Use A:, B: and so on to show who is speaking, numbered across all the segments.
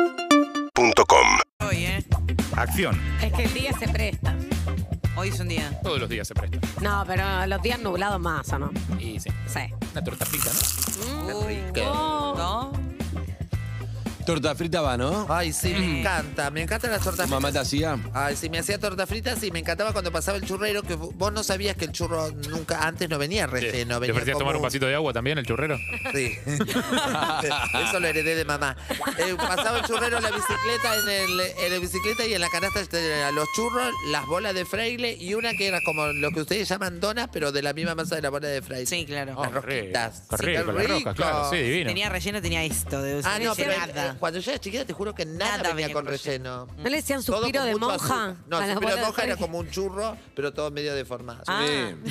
A: UrbanaPlayFM.com
B: Hoy, ¿eh?
C: Acción.
D: Es que el día se presta.
B: Hoy es un día.
C: Todos los días se presta.
D: No, pero los días nublados más, ¿o no?
C: Y sí.
D: Sí.
C: Una torta frita, ¿no?
B: Uh,
C: Eh,
D: Oh,
B: ¿no?
E: Torta frita va, ¿no?
F: Ay, sí,
C: Mm.
F: me encanta. Me encantan las tortas
E: Mamá te
F: fritas.
E: hacía.
F: Ay, sí, me hacía tortas fritas y me encantaba cuando pasaba el churrero, que vos no sabías que el churro nunca, antes no venía relleno,
C: ¿Te
F: venía
C: ofrecías tomar un
F: como-
C: vasito de agua también, el churrero?
F: Sí. Eso lo heredé de mamá. Eh, pasaba el churrero en la bicicleta, en, el, en la bicicleta y en la canasta tenía los churros, las bolas de fraile y una que era como lo que ustedes llaman donas, pero de la misma masa de la bola de fraile.
B: Sí, claro.
F: Las rosquitas. Sí,
C: Correcto,
F: qué
C: Oh, con las roscas, claro. Sí, divino.
B: Tenía relleno, tenía esto. De
F: Ah, no, pero eh,
B: nada.
F: cuando yo era chiquita te juro que nada,
B: Nada
F: venía,
B: venía
F: con
B: con
F: relleno.
D: ¿No le decían
F: Todo
D: suspiro
F: con
D: de
F: mucho
D: monja?
F: azúcar. No,
D: a las
F: suspiro de
D: bolas
F: monja era
D: fresa?
F: como un churro, pero todo medio deformado.
B: Ah,
E: Sí.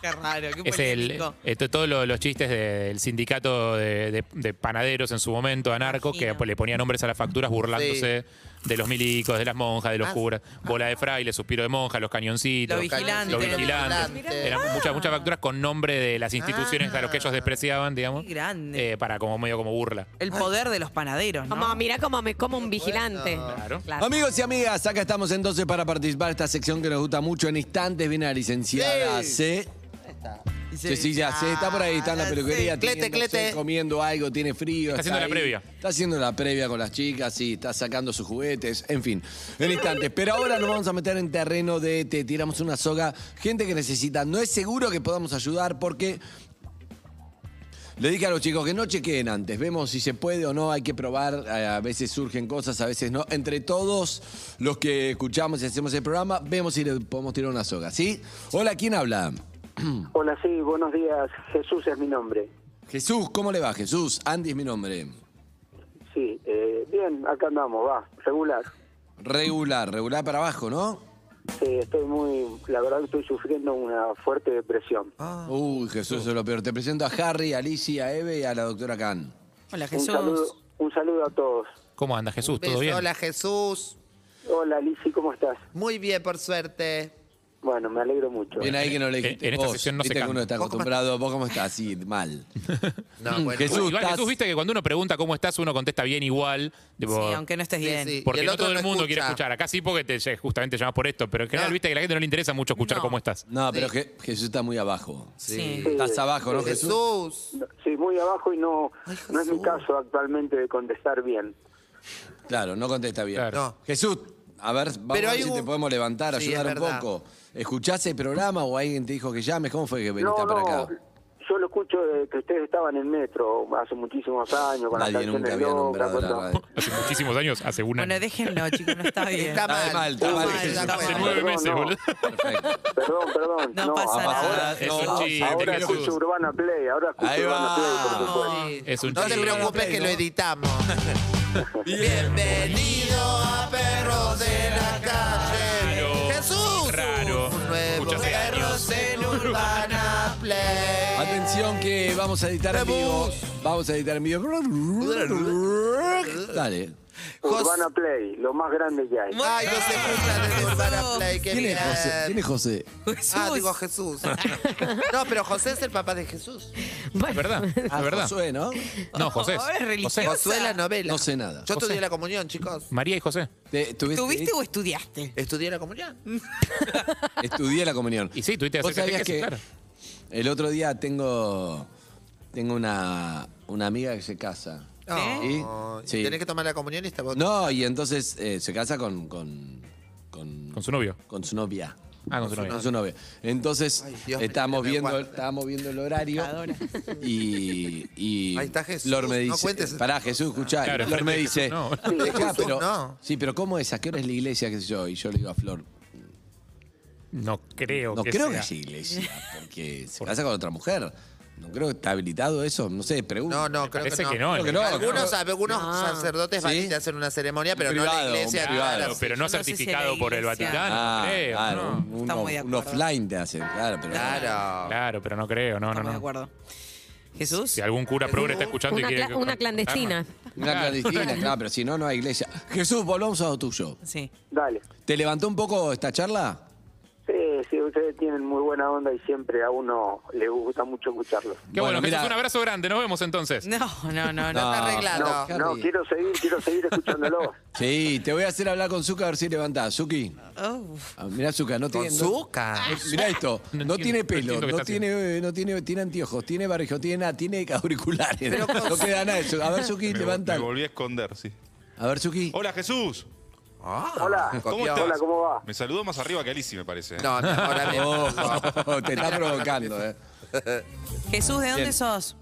B: qué raro, qué
C: Es el,
B: polémico.
C: esto- todos los, los chistes del sindicato de, de- de panaderos en su momento, anarcos, que
B: Imagino.
C: le ponía nombres a las facturas burlándose de los milicos, de las monjas, de los
F: Ah,
C: curas. Bola de fraile, suspiro de monja, los cañoncitos.
B: Los vigilantes.
C: Los
B: Los
C: vigilantes.
F: vigilantes. Ah.
C: Eran muchas, muchas facturas con nombre de las instituciones a los que ellos despreciaban, digamos.
B: Qué grande.
C: eh, para como medio como burla.
B: El poder de los panaderos, ¿no?
D: Como, mira cómo me como un vigilante.
C: Claro.
D: Claro.
E: Amigos y amigas, acá estamos entonces para participar de esta sección que nos gusta mucho. En instantes viene la licenciada C.
B: Y se-
E: Cecilia C. Está por ahí, está en la
B: Ah,
E: peluquería.
B: sí.
F: Clete,
E: teniendo sed,
F: clete.
E: comiendo algo, tiene frío.
C: Está haciendo la
E: ahí.
C: previa.
E: Está haciendo la previa con las chicas, sí, está sacando sus juguetes, en fin, en instantes. Pero ahora nos vamos a meter en terreno de te tiramos una soga, gente que necesita. No es seguro que podamos ayudar porque Le dije a los chicos que no chequeen antes, vemos si se puede o no, hay que probar, eh, a veces surgen cosas, a veces no. Entre todos los que escuchamos y hacemos el programa, vemos si le podemos tirar una soga, ¿sí? Hola, ¿quién habla?
G: Hola, sí, buenos días. Jesús es mi nombre.
E: Jesús, ¿cómo le va Jesús? Andy es mi nombre.
G: Sí, eh, bien, acá andamos, va, regular.
E: Regular, regular para abajo, ¿no?
G: Sí, estoy muy, la verdad que estoy sufriendo una fuerte depresión.
E: Uy, Jesús, eso es lo peor. Te presento a Harry, a Alicia, a Eve y a la doctora Khan.
B: Hola,
G: Un
B: Jesús.
G: saludo, un saludo a todos.
C: ¿Cómo anda
E: Uh,
C: Jesús? ¿Todo
F: Beso,
C: bien?
F: Hola, Jesús.
G: Hola, Lisi, ¿cómo estás?
F: Muy bien, por suerte.
G: Bueno, me alegro mucho.
E: Bien ahí que no le
C: En-
E: dijiste
C: en esta
E: vos.
C: sección no se
E: Viste que
C: canta.
E: uno está
F: ¿Vos cómo
E: acostumbrado. ¿Vos cómo estás? Sí, mal.
F: No, bueno.
E: Jesús,
C: Igual
E: estás-
C: Jesús, viste que cuando uno pregunta cómo estás, uno contesta bien igual.
B: Sí,
C: tipo,
B: aunque no estés
F: Sí,
B: bien.
F: sí. Y
C: Porque
F: el
C: no
F: otro
C: todo el
F: no
C: mundo quiere
F: escucha.
C: escuchar. Acá sí porque te, justamente llamas por esto, pero en general
F: No.
C: viste que a la gente no le interesa mucho escuchar
B: No.
C: cómo estás.
E: No, pero Je- Jesús está muy abajo.
B: Sí.
E: Estás abajo, ¿no, Jesús?
F: Jesús.
G: Sí, muy abajo y no,
F: Ay,
G: no es mi
F: Jesús.
G: caso actualmente de contestar bien.
E: Claro, no contesta bien.
C: Claro.
F: No.
E: Jesús, a ver, vamos
F: Pero
E: a
F: hay
E: ver si
F: un-
E: te podemos levantar,
F: Sí,
E: ayudar
F: es
E: un
F: verdad.
E: poco. ¿Escuchaste el programa o alguien te dijo que llames? ¿Cómo fue que viniste
G: No,
E: para
G: no,
E: acá?
G: yo lo escucho de que ustedes estaban en metro hace muchísimos años con las
E: Nadie nunca
G: canciones
E: había
G: locas.
E: nombrado la
G: con-
E: radio.
C: Hace muchísimos años, hace una.
B: Bueno, déjenlo, chicos, no está bien.
F: Está mal.
E: mal, está mal, Jesús,
F: está
C: hace
F: mal.
C: nueve
G: Perdón,
C: meses,
G: no.
C: boludo.
E: Perfecto.
G: Perdón, perdón.
B: No pasa
G: ahora-
B: nada.
C: Es un chiste,
G: Ahora
C: Jesús.
G: escucho Urbana Play, ahora escucho
E: Ahí
G: Urbana
E: va.
G: Play, por supuesto.
C: Es un
F: no te
C: chiste.
F: preocupes que lo editamos. Bienvenido a Perros de la Calle.
C: Raro,
F: Jesús.
C: raro.
F: Nuevos
C: Muchos
F: perros
C: años.
F: en Urbana Play.
E: Atención que vamos a editar en vivo. Vamos a editar en vivo. Dale.
F: Jos-
G: Urbana Play, lo más grande que hay.
F: Ay, no se juntan en Urbana Play. qué
E: ¿Quién es
F: bien.
E: José? ¿Quién es José?
B: Jesús.
F: Ah, digo Jesús. No, pero José es el papá de Jesús.
C: Es
D: Bueno,
C: verdad, es
E: Ah,
C: verdad.
E: Josué, ¿no?
C: No, José.
B: Oh, es
C: José.
B: religioso.
F: Josué la novela.
E: No sé nada.
F: Yo estudié la comunión, chicos.
C: María y José.
E: Te- tuviste-
B: ¿Tuviste o estudiaste?
F: Estudié la comunión.
E: Estudié la comunión.
C: Y sí, tuviste que
E: ¿Vos
C: hacer
E: sabías que
C: catequesis, claro.
E: el otro día tengo tengo una, una amiga que se casa.
F: Ay,
E: Sí.
F: Tenés que tomar la comunión y está vos.
E: No, y entonces eh, se casa con con, con
C: Con su novio.
E: con su novia.
C: Ah, con su novio.
E: Con su novia. Entonces
F: Ay, Dios, me-
E: estábamos
F: me
E: viendo
F: aguanta.
E: estábamos viendo el horario y, y
F: Ahí está Jesús,
E: Lor me
F: no
E: dice,
F: cuentes-
E: pará Jesús, escuchá.
C: Claro,
E: Flor
C: frente
E: me
C: a Jesús,
E: dice,
C: no.
E: "Dejá,
F: Jesús,
E: pero
F: no.
E: sí, pero cómo es, a qué hora es la iglesia, qué sé yo, y yo le digo a Flor,
C: No creo
E: No
C: que
E: creo
C: sea.
E: que sea iglesia, porque se casa con otra mujer. No creo que está habilitado eso, no sé, pregunto.
F: No, no, creo
C: Parece
F: que no.
C: que no.
E: Creo que
C: eh.
E: no.
F: Algunos, algunos
C: Ah.
F: sacerdotes van
E: Sí.
F: y te hacen una ceremonia, pero no
E: privado,
F: la iglesia.
E: un
F: claro.
E: privado.
C: Pero
B: Yo
C: no
B: no sé si
C: certificado
B: la
C: por el
B: iglesia-
C: Vaticano.
E: Ah,
C: creo,
E: claro,
C: no.
E: un-
B: Estamos de
E: uno, un
B: acuerdo.
E: offline te hacen, claro. Pero
F: Claro.
C: Claro, pero no creo, no, no,
B: Estamos de
C: no.
B: acuerdo. Jesús.
C: Si algún cura progre está escuchando
D: una,
C: y quiere.
D: cla- una clandestina.
E: Una clandestina, claro, pero si no, no hay iglesia. Jesús, volvamos a lo tuyo.
B: Sí.
G: Dale.
E: ¿Te levantó un poco esta charla?
G: Sí, sí, ustedes tienen muy buena onda y siempre a uno le gusta mucho escucharlos.
C: Qué bueno,
E: Bueno,
C: Jesús,
E: mira.
C: un abrazo grande. Nos vemos entonces.
B: No, no,
F: No
B: no, no.
F: está arreglado.
E: Qué
G: No,
E: rico.
G: quiero seguir, quiero seguir escuchándolo.
E: Sí, te voy a hacer hablar con Zuka a ver si levantás. Zuki,
B: Oh,
E: ah, mirá Zuka, no
F: Con
E: tiene... no- Eh,
F: azúcar.
E: Mirá esto,
C: No entiendo, no
E: no, tiene
C: entiendo
E: pelo,
C: qué
E: no,
C: está
E: tiene, eh, no tiene, tiene anteojos, tiene barrijo, tiene nada, tiene auriculares.
F: con-
E: no queda nada de eso. A ver, Zuki,
A: Me,
E: levanta.
A: me volví a esconder, sí.
E: A ver, Zuki.
A: Hola, Jesús.
F: Ah,
G: Hola.
A: ¿Cómo
F: copió.
A: estás?
G: Hola, ¿cómo va?
A: Me saludó más arriba que Alicia, me parece. ¿eh?
F: No, mi amor, a mí-
E: Oh, te está provocando, eh.
B: Jesús, ¿de dónde
E: Bien.
B: sos?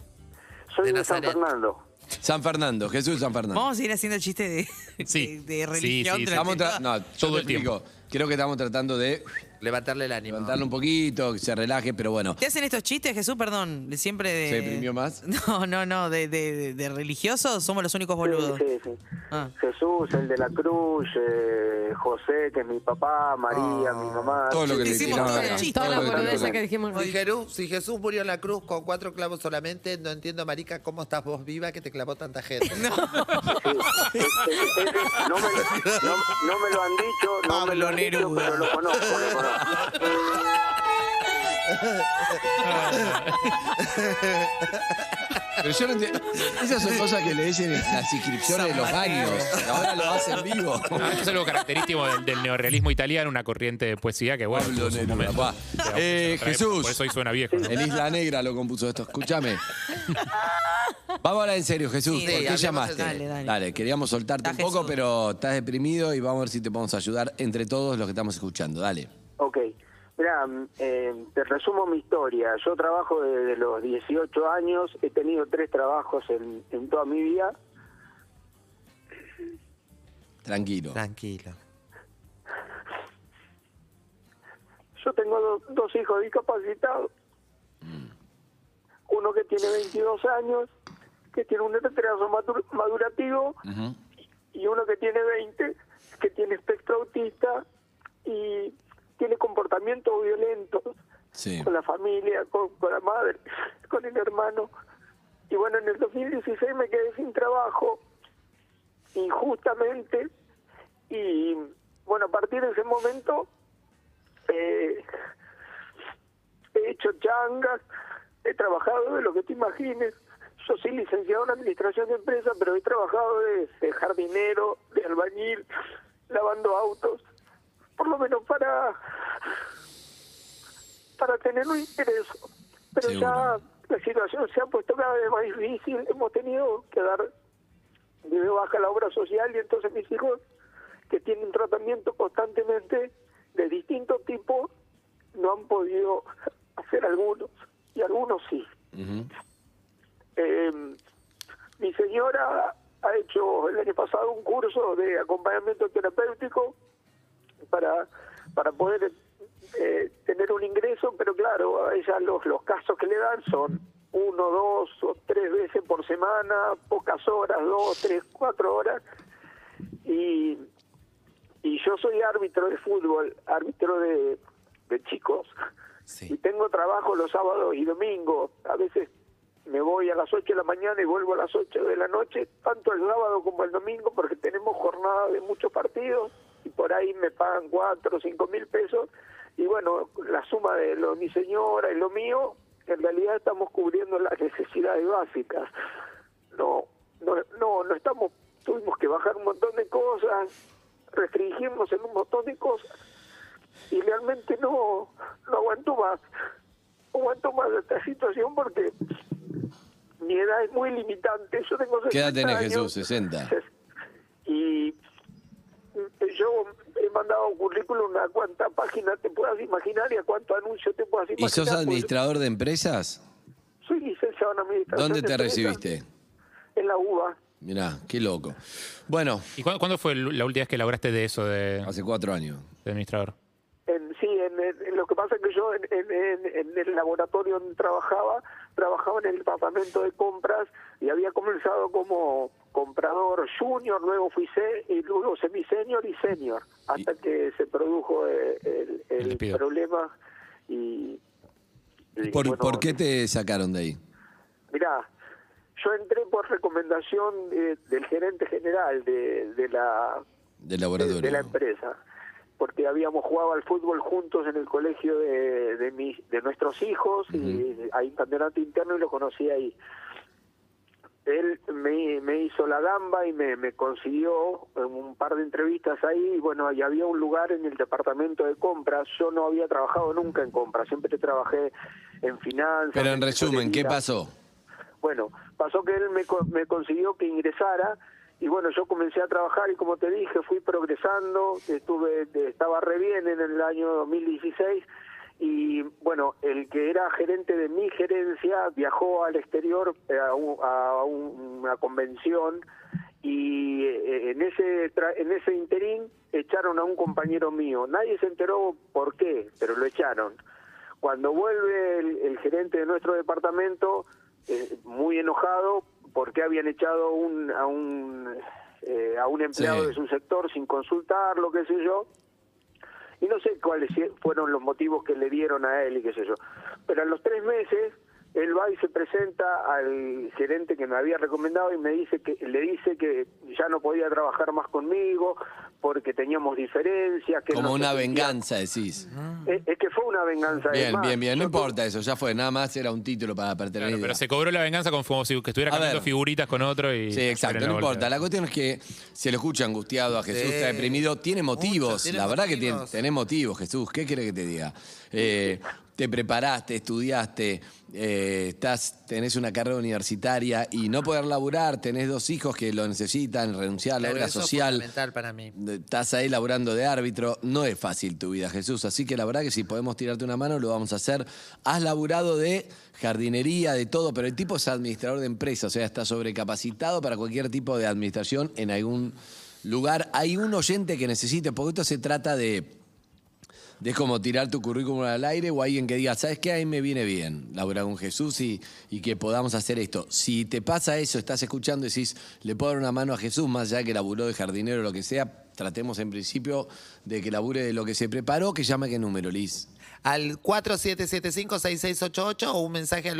G: Soy
F: De
G: de, San
F: Nazaret.
G: Fernando.
E: San Fernando, Jesús San Fernando.
B: Vamos a ir haciendo chistes de,
C: Sí.
B: de, de
C: Sí,
B: religión.
C: sí,
B: durante
C: sí.
E: Estamos
B: toda-
E: tra- no, yo
C: Todo
E: te
C: el tiempo.
E: explico. Creo que estamos tratando de
F: Levantarle el ánimo.
E: levantarlo un poquito, que se relaje, pero bueno.
B: ¿Te hacen estos chistes, Jesús? Perdón, de- siempre de...
E: ¿Se deprimió más?
B: No, no, no, de, de, de- de religiosos somos los únicos boludos.
G: Sí, sí, sí.
B: Ah.
G: Jesús, el de la cruz, eh, José, que es mi papá, María, mi mamá.
E: Todo lo que
B: Te
E: le
B: hicimos
E: no,
B: todo
E: no,
B: el
E: no,
B: chiste.
D: Toda
E: todo
D: la
E: lo que le-
D: boludeza que dijimos.
F: Si Jesús, si Jesús murió en la cruz con cuatro clavos solamente, no entiendo, marica, cómo estás vos viva que te clavó tanta gente.
G: Sí. Ese- ese- ese- no, me, no, no me lo han dicho, no me lo han dicho, pero lo conozco, lo conozco.
E: Pero yo no entiendo. Esas son cosas que le dicen en las inscripciones de los baños. Ahora lo hacen vivo.
C: No, esto Ah, es algo característico del, del neorealismo italiano, una corriente de poesía que, bueno,
E: Pablo
C: en su
E: Neruda, pa.
C: digamos, en
E: Eh,
C: otra época,
E: Jesús.
C: Por eso hoy suena viejo. ¿no?
E: En Isla Negra lo compuso esto. Escúchame. Vamos a hablar en serio, Jesús.
B: Sí,
E: ¿Por qué
F: hablemos
E: llamaste?
F: en
B: serio. Dale, dale.
E: queríamos soltarte
B: Está
E: un poco,
B: Jesús.
E: pero estás deprimido y vamos a ver si te podemos ayudar entre todos los que estamos escuchando. Dale.
G: Ok. Mira, te resumo mi historia. Yo trabajo desde los 18 años, he tenido tres trabajos en, en toda mi vida.
E: Tranquilo.
F: Tranquilo.
G: Yo tengo do- dos hijos discapacitados. Uno que tiene 22 años, que tiene un retraso matur- madurativo,
E: Ujú.
G: y uno que tiene 20, que tiene espectro autista y tiene comportamientos violentos
E: Sí.
G: con la familia, con, con la madre, con el hermano. Y bueno, en el 2016 me quedé sin trabajo, injustamente, y bueno, a partir de ese momento eh, he hecho changas, he trabajado de lo que te imagines. Yo soy licenciado en administración de empresas, pero he trabajado de, de jardinero, de albañil, lavando autos, por lo menos para para tener un ingreso. Pero
E: Seguro.
G: ya la situación se ha puesto cada vez más difícil. Hemos tenido que dar de baja la obra social y entonces mis hijos que tienen tratamiento constantemente de distintos tipos no han podido hacer algunos y algunos sí.
E: Ujú.
G: Eh, mi señora ha hecho el año pasado un curso de acompañamiento terapéutico para, para poder eh, tener un ingreso, pero claro, a ella los, los casos que le dan son uno, dos o tres veces por semana, pocas horas, dos, tres, cuatro horas. Y, y yo soy árbitro de fútbol, árbitro de, de chicos. Y tengo trabajo los sábados y domingos. A veces me voy a las 8 de la mañana y vuelvo a las 8 de la noche, tanto el sábado como el domingo, porque tenemos jornada de muchos partidos y por ahí me pagan 4 o 5 mil pesos. Y bueno, la suma de lo de mi señora y lo mío, en realidad estamos cubriendo las necesidades básicas. No, no, no, no estamos, tuvimos que bajar un montón de cosas, restringirnos en un montón de cosas y realmente no, no aguanto más, no aguanto más esta situación porque mi edad es muy limitante, yo tengo 60
E: ¿Qué edad tenés, Jesús?
G: años
E: 60.
G: y yo he mandado currículum a cuántas páginas te puedas imaginar y a cuántos anuncios te puedas imaginar.
E: ¿Y sos
G: porque
E: administrador de empresas?
G: Soy licenciado en administración.
E: ¿Dónde
G: de
E: te
G: empresas
E: recibiste?
G: En la UBA.
E: Mirá, qué loco. Bueno,
C: ¿Y cuándo, cuándo fue el- la última vez que laboraste de eso, de,
E: hace cuatro años.
C: de administrador?
G: En, sí, en, en- en lo que pasa es que yo en, en- en- en el laboratorio donde trabajaba, trabajaba en el departamento de compras y había comenzado como comprador junior, luego fui se, y luego semisenior y senior, hasta que se produjo eh, el, el
C: despido.
G: problema y... y
E: ¿Por,
G: bueno,
E: ¿Por qué te sacaron de ahí?
G: Mirá, yo entré por recomendación eh, del gerente general de, de la
E: Del
G: de,
E: laboratorio.
G: de la empresa. porque habíamos jugado al fútbol juntos en el colegio de, de, mis- de nuestros hijos, y hay un campeonato interno y lo conocí ahí. Él me, me hizo la gamba y me, me consiguió eh, un par de entrevistas ahí, y bueno, y había un lugar en el departamento de compras, yo no había trabajado nunca en compras, siempre trabajé en finanzas.
E: Pero en resumen, ¿qué
G: tesorería.
E: pasó?
G: Bueno, pasó que él me, co- me consiguió que ingresara y bueno, yo comencé a trabajar y como te dije, fui progresando, estuve estaba re bien en el año 2016 y bueno, el que era gerente de mi gerencia viajó al exterior eh, a, un- a un- una convención y eh, en ese tra- en ese interín echaron a un compañero mío. Nadie se enteró por qué, pero lo echaron. Cuando vuelve el, el gerente de nuestro departamento, eh, muy enojado porque habían echado un, a un eh, a un empleado
E: Sí.
G: de su sector sin consultarlo, qué sé yo. Y no sé cuáles fueron los motivos que le dieron a él y qué sé yo. Pero a los tres meses, él va y se presenta al gerente que me había recomendado y me dice que le dice que ya no podía trabajar más conmigo porque teníamos diferencias. Que
E: Como
G: no se
E: una
G: sentía-
E: venganza, decís.
G: Es, es que fue una venganza. es
E: Bien,
G: más,
E: bien, bien. No
G: yo tu-
E: importa eso, ya fue. Nada más era un título para pertenecer.
C: Claro, pero se cobró la venganza como, como si que estuviera
E: A ver.
C: cambiando figuritas con otro y.
E: Sí, exacto,
C: en la
E: no
C: bolsa.
E: importa. La cuestión es que se lo escucha angustiado a Jesús,
F: Sí.
E: está deprimido. Tiene motivos,
F: tiene
E: la verdad que tiene,
F: motivos.
E: tenés motivos, Jesús. ¿Qué querés que te diga? Eh, te preparaste, estudiaste, eh, estás, tenés una carrera universitaria y no poder laburar, tenés dos hijos que lo necesitan, renunciar a la
F: Claro,
E: obra
F: eso es
E: social.
F: fundamental para mí.
E: Estás ahí laburando de árbitro, no es fácil tu vida, Jesús. Así que la verdad que si podemos tirarte una mano, lo vamos a hacer. Has laburado de jardinería, de todo, pero el tipo es administrador de empresa, o sea, está sobrecapacitado para cualquier tipo de administración en algún lugar. Hay un oyente que necesite, porque esto se trata de. de como tirar tu currículum al aire o alguien que diga, ¿sabes qué? Ahí me viene bien laburar con Jesús y, y que podamos hacer esto. Si te pasa eso, estás escuchando y decís, le puedo dar una mano a Jesús, más allá que laburó de jardinero o lo que sea, tratemos en principio de que labure de lo que se preparó, que llame a qué número, Liz.
F: Al 4775-6688 o un mensaje al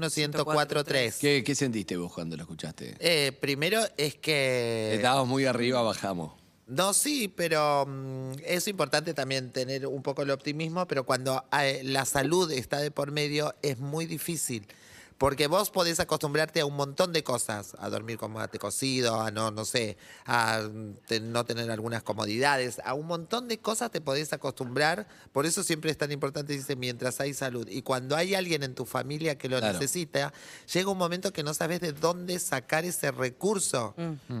F: 1168-61-1043.
E: ¿Qué, qué sentiste vos cuando lo escuchaste?
F: Eh, primero es que...
E: Estábamos muy arriba, bajamos.
F: No, sí, pero mm, es importante también tener un poco el optimismo, pero cuando eh, la salud está de por medio es muy difícil. Porque vos podés acostumbrarte a un montón de cosas, a dormir con mate cocido, a no, no sé, a mm, te- no tener algunas comodidades, a un montón de cosas te podés acostumbrar. Por eso siempre es tan importante, dice, mientras hay salud. Y cuando hay alguien en tu familia que lo
E: Claro.
F: necesita, necesita, llega un momento que no sabes de dónde sacar ese recurso.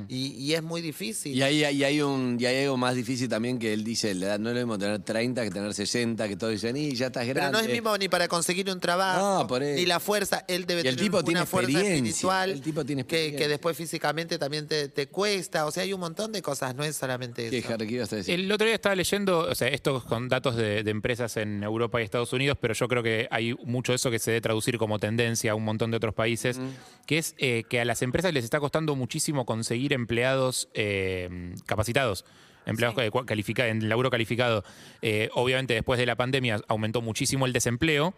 F: Y, y es muy difícil.
E: Mm. Y ahí, ahí hay un, y ahí hay algo más difícil también que él dice, la edad no es lo mismo tener 30 que tener 60, que todos dicen, y ya estás grande.
F: Pero no es mismo ni para conseguir un trabajo,
E: No, por eso.
F: ni la fuerza. Él debe
E: Y el
F: tener
E: tipo
F: una
E: tiene
F: fuerza
E: experiencia,
F: espiritual
E: el tipo tiene
F: que,
E: experiencia.
F: que después físicamente también te, te cuesta. O sea, hay un montón de cosas, no es solamente
E: ¿Qué,
F: eso.
E: Harry, qué ibas a decir?
C: El otro día estaba leyendo, o sea, estos con datos de, de empresas en Europa y Estados Unidos, pero yo creo que hay mucho de eso que se debe traducir como tendencia a un montón de otros países, que es eh, que a las empresas les está costando muchísimo conseguir empleados eh, capacitados. Empleados que cua- califica- en laburo calificado. Eh, obviamente, después de la pandemia aumentó muchísimo el desempleo,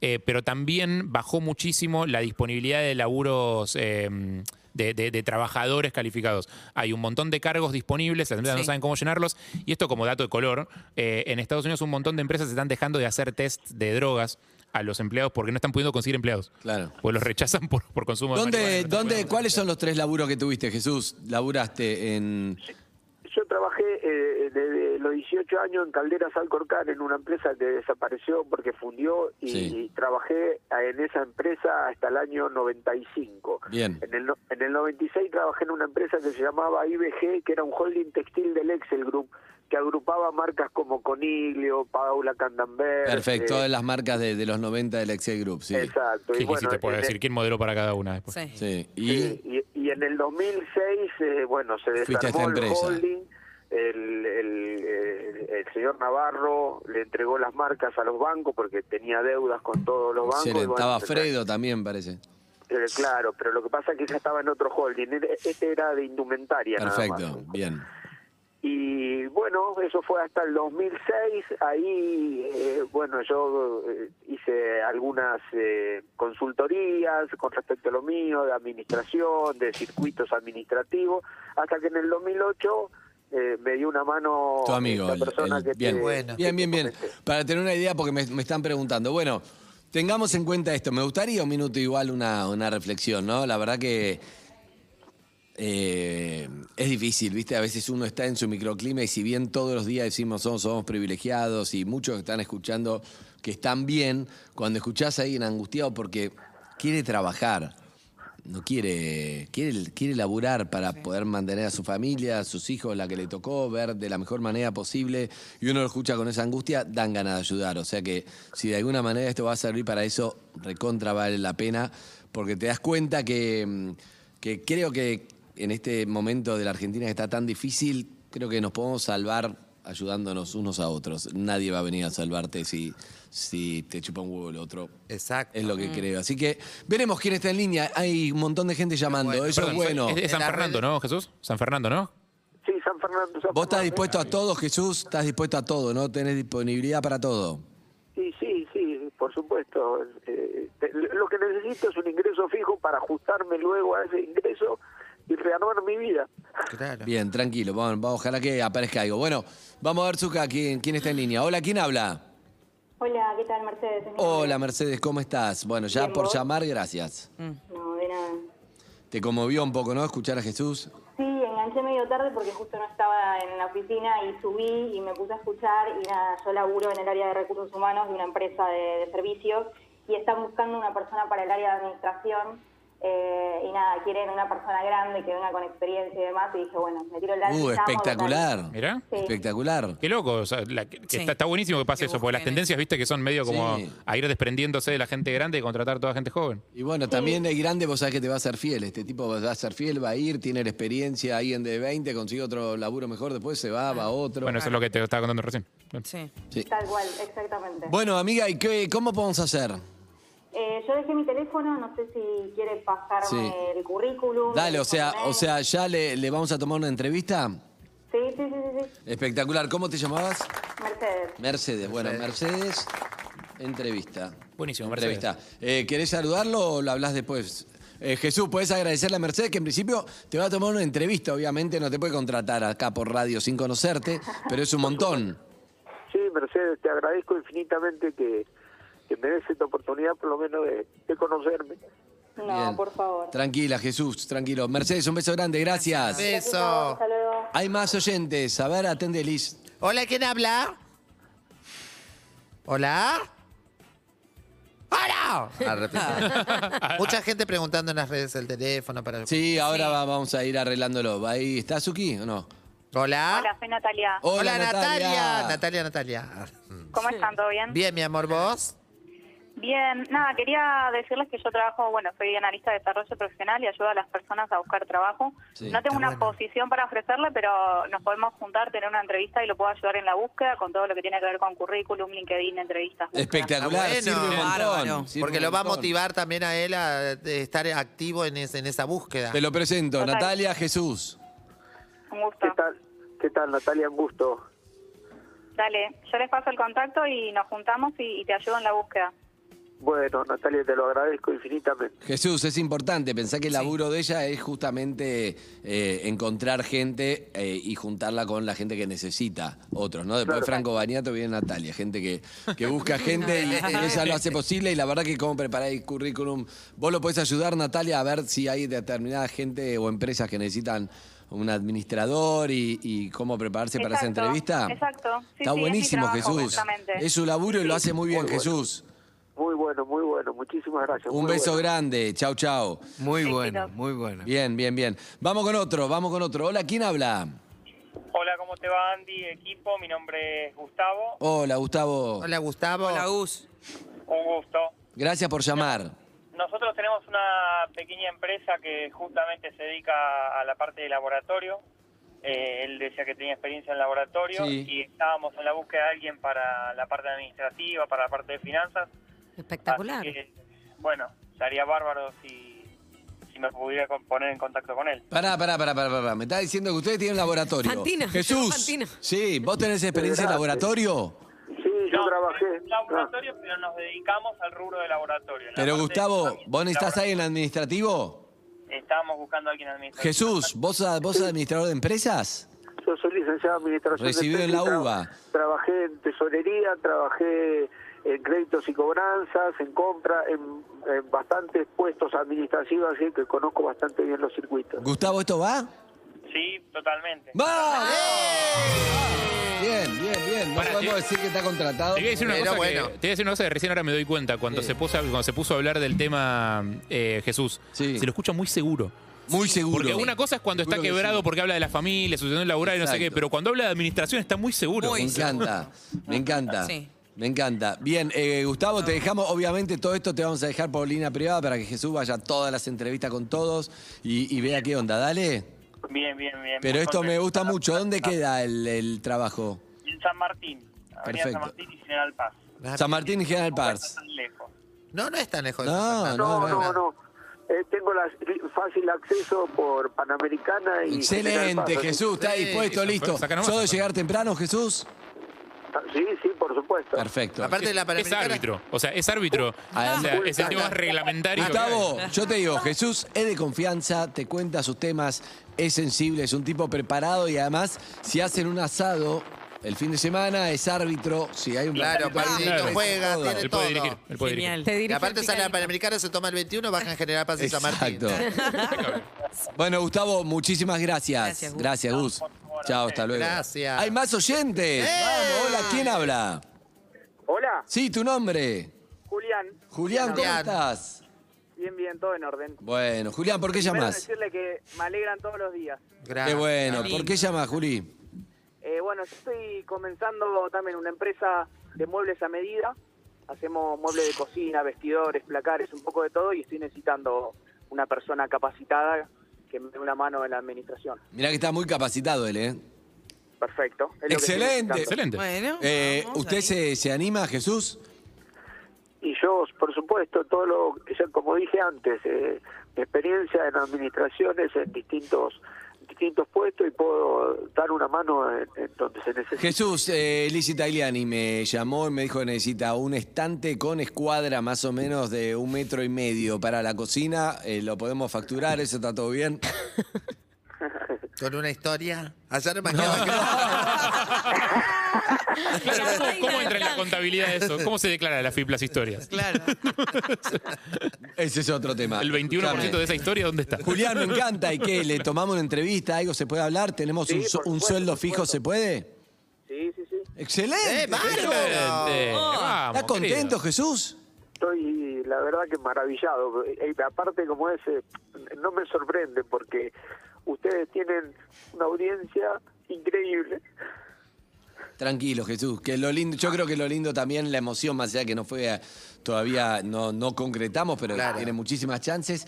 C: eh, pero también bajó muchísimo la disponibilidad de laburos eh, de, de- de trabajadores calificados. Hay un montón de cargos disponibles, las empresas no
B: Sí.
C: saben cómo llenarlos. Y esto como dato de color, eh, en Estados Unidos un montón de empresas están dejando de hacer test de drogas a los empleados porque no están pudiendo conseguir empleados.
E: Claro.
C: Porque los rechazan por, por consumo de marihuana,
E: ¿Dónde,
C: no están
E: dónde,
C: pudiendo-
E: ¿Cuáles son los tres laburos que tuviste, Jesús? Laburaste en...
G: Yo trabajé eh, desde los 18 años en Calderas Alcorcán, en una empresa que desapareció porque fundió y,
E: Sí.
G: y trabajé en esa empresa hasta el año 95.
E: Bien.
G: En el, no- en el 96 trabajé en una empresa que se llamaba IBG, que era un holding textil del Excel Group, que agrupaba marcas como Coniglio, Paula Candamber.
E: Perfecto,
G: eh,
E: todas las marcas de, de los 90 del Excel Group, sí.
G: Exacto. y
C: Sí, sí, sí,
G: bueno,
C: te puedo
G: en el-
C: decir quién modeló para cada una después.
B: Sí.
E: Sí, y
G: Sí, Eh, Y, y en el 2006, eh, bueno, se
E: Fuiste a esta
G: desarmó el
E: empresa.
G: holding. El, el, eh, el señor Navarro le entregó las marcas a los bancos porque tenía deudas con todos los bancos.
E: se
G: y bueno,
E: estaba
G: se-
E: Fredo también, parece.
G: eh, claro, pero lo que pasa es que ya estaba en otro holding. Era- Este era de indumentaria. nada más.
E: Perfecto, bien.
G: Y bueno, eso fue hasta el 2006. Ahí, eh, bueno, yo eh, hice algunas eh, consultorías con respecto a lo mío, de administración, de circuitos administrativos, hasta que en el 2008 eh, me dio una mano
E: Tu amigo,
G: la
E: el-
G: persona
E: el-
G: que te-
E: bien.
F: Bueno.
E: bien, bien, bien.
G: comenté.
E: Para tener una idea, porque me, me están preguntando. Bueno, tengamos en cuenta esto. Me gustaría un minuto igual una, una reflexión, ¿no? La verdad que eh, es difícil, ¿viste? A veces uno está en su microclima y si bien todos los días decimos somos, somos privilegiados y muchos que están escuchando que están bien, cuando escuchás a alguien angustiado porque quiere trabajar, no quiere, quiere, quiere laburar para poder mantener a su familia, a sus hijos, la que le tocó, ver de la mejor manera posible, y uno lo escucha con esa angustia, dan ganas de ayudar. O sea que si de alguna manera esto va a servir para eso, recontra vale la pena, porque te das cuenta que, mm, que creo que en este momento de la Argentina que está tan difícil, creo que nos podemos salvar ayudándonos unos a otros. Nadie va a venir a salvarte si, si te chupa un huevo el otro.
F: Exacto.
E: Es lo que creo. Así que veremos quién está en línea. Hay un montón de gente llamando.
F: Bueno,
E: Eso
C: Perdón,
E: es bueno.
C: Es, es
F: En
C: San
F: la
C: Fernando,
F: red-
C: ¿no, Jesús? San Fernando, ¿no?
G: Sí, San Fernando. San
E: Vos estás
G: Fernando.
E: dispuesto a todo, Jesús. Estás dispuesto a todo, ¿no? Tenés disponibilidad para todo.
G: Sí, sí, sí, por supuesto. Eh, te- lo que necesito es un ingreso fijo para ajustarme luego a ese ingreso y rearmar mi vida.
F: Claro.
E: Bien, tranquilo. Vamos, vamos, ojalá que aparezca algo. Bueno, vamos a ver, Zuka, quién, quién está en línea. Hola, ¿quién habla?
H: Hola, ¿qué tal, Mercedes? Es mi
E: Hola,
H: nombre.
E: Mercedes, ¿cómo estás? Bueno, ya
H: Bien,
E: por
H: ¿vos?
E: llamar, gracias.
H: No, de nada.
E: Te conmovió un poco, ¿no? Escuchar a Jesús.
H: Sí, enganché medio tarde porque justo no estaba en la oficina y subí y me puse a escuchar y nada, yo laburo en el área de recursos humanos de una empresa de, de servicios y están buscando una persona para el área de administración eh, y nada, quieren una persona grande que venga con experiencia y demás y dije, bueno, me tiro el lado.
E: Uh, espectacular.
C: Mirá.
H: Sí.
E: Espectacular.
C: Qué loco, o sea, la- que- que
B: Sí.
C: está, está buenísimo que pase
B: Que
C: eso, porque las
B: busquen
C: tendencias, viste, que son medio como
E: Sí.
C: a ir desprendiéndose de la gente grande y contratar toda gente joven.
E: Y bueno, también el grande, vos sabés que te va a ser fiel. Este tipo va a ser fiel, va a ir, tiene la experiencia, alguien de 20, consigue otro laburo mejor, después se va, va a otro.
C: bueno, eso es lo que te estaba contando recién. Bien.
B: Sí.
E: Sí.
H: Tal cual, exactamente.
E: Bueno, amiga, ¿y qué, cómo podemos hacer?
H: Eh, yo dejé mi teléfono, no sé si quiere pasarme
E: Sí.
H: el currículum.
E: Dale, o
H: el
E: sea,
H: correo.
E: o sea, ya le, le vamos a tomar una entrevista.
H: Sí, sí, sí, sí, sí.
E: Espectacular. ¿Cómo te llamabas?
H: Mercedes.
E: Mercedes. Bueno, Mercedes, entrevista.
C: Buenísimo, Mercedes.
E: entrevista. Eh, ¿Querés saludarlo o lo hablas después? Eh, Jesús, podés agradecerle a Mercedes que en principio te va a tomar una entrevista, obviamente no te puede contratar acá por radio sin conocerte, pero es un montón.
G: Sí, Mercedes, te agradezco infinitamente que, que me des esta oportunidad por lo menos de, de conocerme.
H: No,
E: Bien.
H: por favor.
E: Tranquila, Jesús, tranquilo. Mercedes, un beso grande, gracias.
F: Beso.
H: Hasta luego.
E: Hay más oyentes. A ver, atende Liz.
F: Hola, ¿quién habla? ¿Hola? ¡Hola! Ah, repito. Mucha gente preguntando en las redes el teléfono para...
E: Sí, ahora va- vamos a ir arreglándolo. Va Ahí está Suki o no.
F: ¿Hola?
I: Hola, soy Natalia.
F: ¿Ah? Hola, Natalia. Ah, Natalia, Natalia.
I: ¿Cómo están? ¿Todo bien?
F: Bien, mi amor, ¿vos?
I: Bien, nada, quería decirles que yo trabajo, bueno, soy analista de desarrollo profesional y ayudo a las personas a buscar trabajo.
E: Sí,
I: no
F: está
I: tengo una
F: bueno.
I: posición para ofrecerle, pero nos podemos juntar, tener una entrevista y lo puedo ayudar en la búsqueda con todo lo que tiene que ver con currículum, LinkedIn, entrevistas. búsquedas.
E: Espectacular,
F: Está Ah, bueno.
E: sirve un montón,
B: Bárbaro.
E: sirve
F: Porque
E: un
F: lo va a
E: montón.
F: motivar también a él a eh, estar activo en, ese- en esa búsqueda.
E: Te lo presento,
I: Total.
E: Natalia Jesús.
I: Un
G: ¿Qué
I: gusto.
G: tal? ¿Qué tal, Natalia? Un gusto.
I: Dale, yo les paso el contacto y nos juntamos y, y te ayudo en la búsqueda.
G: Bueno, Natalia, te lo agradezco infinitamente.
E: Jesús, es importante. Pensá que el laburo de ella es justamente eh, encontrar gente eh, y juntarla con la gente que necesita otros, ¿no? Después
G: Claro.
E: Franco Baniato viene Natalia, gente que, que busca gente y ella lo hace posible. Y la verdad que cómo preparar el currículum. Vos lo podés ayudar, Natalia, a ver si hay determinada gente o empresas que necesitan un administrador y, y cómo prepararse para esa
I: Exacto,
E: entrevista.
I: exacto. Sí,
E: Está
I: sí, es mi
E: buenísimo,
I: trabajo,
E: Jesús.
I: justamente.
E: Es su laburo y lo hace muy bien,
G: Muy bueno.
E: Jesús.
G: Muy bueno, muy bueno. Muchísimas gracias.
E: Un
G: muy
E: beso
G: bueno.
E: grande. Chau, chau.
J: Muy bueno,
I: Éxitos.
J: muy bueno.
E: Bien, bien, bien. Vamos con otro, vamos con otro. Hola, ¿quién habla?
K: Hola, ¿cómo te va Andy, equipo? Mi nombre es Gustavo.
E: Hola, Gustavo.
F: Hola, Gustavo.
B: Hola, Gus.
K: Un gusto.
E: Gracias por llamar.
K: Nosotros tenemos una pequeña empresa que justamente se dedica a la parte de laboratorio. Eh, él decía que tenía experiencia en laboratorio
E: Sí.
K: y estábamos en la búsqueda de alguien para la parte administrativa, para la parte de finanzas.
D: Espectacular.
C: Ah,
K: Así que, bueno, estaría bárbaro si, si me pudiera con- poner en contacto con él.
E: Pará, pará, pará, pará, pará. Me está diciendo que ustedes tienen un laboratorio.
D: Fantina,
E: Jesús.
D: Fantina.
E: Sí, ¿vos tenés experiencia en
G: Gracias.
E: laboratorio?
G: Sí, yo
K: No,
G: trabajé.
K: en laboratorio, pero nos dedicamos al rubro de laboratorio. en la
E: Pero
K: parte de
E: Gustavo,
K: herramientas
E: ¿vos necesitas
K: laboratorio.
E: alguien administrativo?
K: Estábamos buscando a alguien administrativo.
E: Jesús, ¿vos, a- vos sos administrador de empresas?
G: Ah, sí, yo soy licenciado en administración. de
E: Recibido en la
G: empresas,
E: UBA.
G: Trabajé en tesorería, trabajé en créditos y cobranzas, en compra, en, en bastantes puestos administrativos, así que conozco bastante bien los circuitos.
E: Gustavo, ¿esto va?
K: Sí, totalmente.
E: ¡Va! Bien, bien, bien. No
C: Para,
E: podemos
C: te-
E: decir que está contratado.
C: Te voy a decir una,
F: Pero
C: cosa,
F: bueno.
C: que, te voy a decir una cosa que recién ahora me doy cuenta. Cuando, se, puso, a- cuando se puso a hablar del tema eh, Jesús,
E: Sí.
C: se lo escucha muy seguro.
E: Muy seguro.
C: Porque una cosa es cuando está
E: Seguro que
C: quebrado
E: sí.
C: porque habla de la familia, su situación laboral y no sé
E: Exacto.
C: qué, pero cuando habla de administración está muy seguro.
E: Me
B: Muy.
E: encanta, me encanta.
B: Sí.
E: Me encanta. Bien, eh, Gustavo, te dejamos, obviamente, todo esto te vamos a dejar por línea privada para que Jesús vaya a todas las entrevistas con todos y, y vea qué onda, dale.
K: Bien, bien, bien.
E: Pero
K: muy
E: esto me
K: contento.
E: gusta mucho. ¿Dónde queda el, el trabajo?
K: En San Martín. Avenida
E: Perfecto.
K: San Martín y General Paz.
E: San Martín y General
K: No
E: Paz.
K: está tan lejos.
F: No, no es tan lejos.
E: No,
G: No,
E: Ah, no.
G: no, no. Eh, tengo la, fácil acceso por Panamericana y... General
E: Excelente,
G: Paz.
E: Jesús, está
F: Sí,
E: dispuesto,
C: saca-
E: listo.
C: saca nomás,
E: ¿Solo
C: saca.
E: llegar temprano, Jesús?
G: Sí, sí, por supuesto.
E: Perfecto.
F: Aparte de la
C: es
F: Panamericana.
C: árbitro. O sea, es árbitro.
E: Ah,
C: O sea,
E: ah,
C: es el tema más reglamentario. que hay.
E: Gustavo, yo te digo, Jesús es de confianza, te cuenta sus temas, es sensible, es un tipo preparado y además, si hacen un asado el fin de semana, es árbitro, si hay un
F: Claro,
E: platito ahí,
F: partidito,
E: es
F: juega,
E: todo.
F: tiene
C: Él
F: todo.
C: puede dirigir. Él puede
B: Genial.
D: Te
F: Y
D: dirige
F: aparte
D: el
F: sale la
D: picadito.
F: Panamericana, se toma el 21, baja en General Paz y San Martín.
E: Exacto. bueno, Gustavo, muchísimas gracias.
B: Gracias, Gus.
E: Gracias, Gus.
K: por favor,
E: Chao, hasta luego.
F: Gracias.
E: Hay más oyentes.
F: ¡Eh!
E: Vamos, hola, ¿quién habla?
J: Hola,
E: Sí, tu nombre.
J: Julián.
E: Julián, ¿cómo
F: Julián.
E: estás?
J: Bien, bien, todo en orden.
E: Bueno, Julián, ¿por qué
J: Primero
E: llamás?
J: decirle que me alegran todos los días.
E: Qué
F: Gracias.
E: bueno, ¿por qué llamás, Juli?
J: Eh, bueno, yo estoy comenzando también una empresa de muebles a medida. Hacemos muebles de cocina, vestidores, placares, un poco de todo y estoy necesitando una persona capacitada que me dé una mano en la administración.
E: Mirá que está muy capacitado él, ¿eh?
J: Perfecto. es lo que estoy
E: Excelente.
J: necesitando.
C: Excelente.
B: Bueno.
E: Eh,
B: vamos
E: ¿Usted
B: ahí.
E: se, se anima, Jesús?
G: Y yo, por supuesto, todo lo que ya, como dije antes, eh, mi experiencia en administraciones, en distintos distintos puestos y puedo dar una mano en, en donde se necesita.
E: Jesús, eh, Liz Italiani me llamó y me dijo que necesita un estante con escuadra más o menos de un metro y medio para la cocina. Eh, lo podemos facturar, eso está todo bien.
F: Con una historia. Ayer me imaginaba que-
C: Claro,
D: La reina
C: ¿cómo, cómo
D: del
C: entra en la
D: plan.
C: contabilidad eso? ¿Cómo se declara la FIP las historias?
B: Claro.
E: Ese es otro tema.
C: El 21% de esa historia, ¿dónde está?
E: Julián, me encanta. ¿Y qué? ¿Le tomamos una entrevista? ¿Algo se puede hablar? ¿Tenemos
J: Sí,
E: un, su-
J: por
E: un
J: supuesto,
E: sueldo
J: por
E: fijo?
J: supuesto.
E: ¿Se puede?
J: Sí, sí, sí.
E: ¡Excelente!
F: ¡Eh, bárbaro!
C: Excelente. Vamos,
E: ¿Estás contento,
C: querido.
E: Jesús?
G: Estoy, la verdad, que maravillado. Eh, aparte, como es, eh, no me sorprende porque ustedes tienen una audiencia increíble.
E: Tranquilo, Jesús. Que lo lindo, yo creo que lo lindo también la emoción, más allá que no fue eh, todavía no, no concretamos, pero
F: Claro. Eh,
E: tiene muchísimas chances.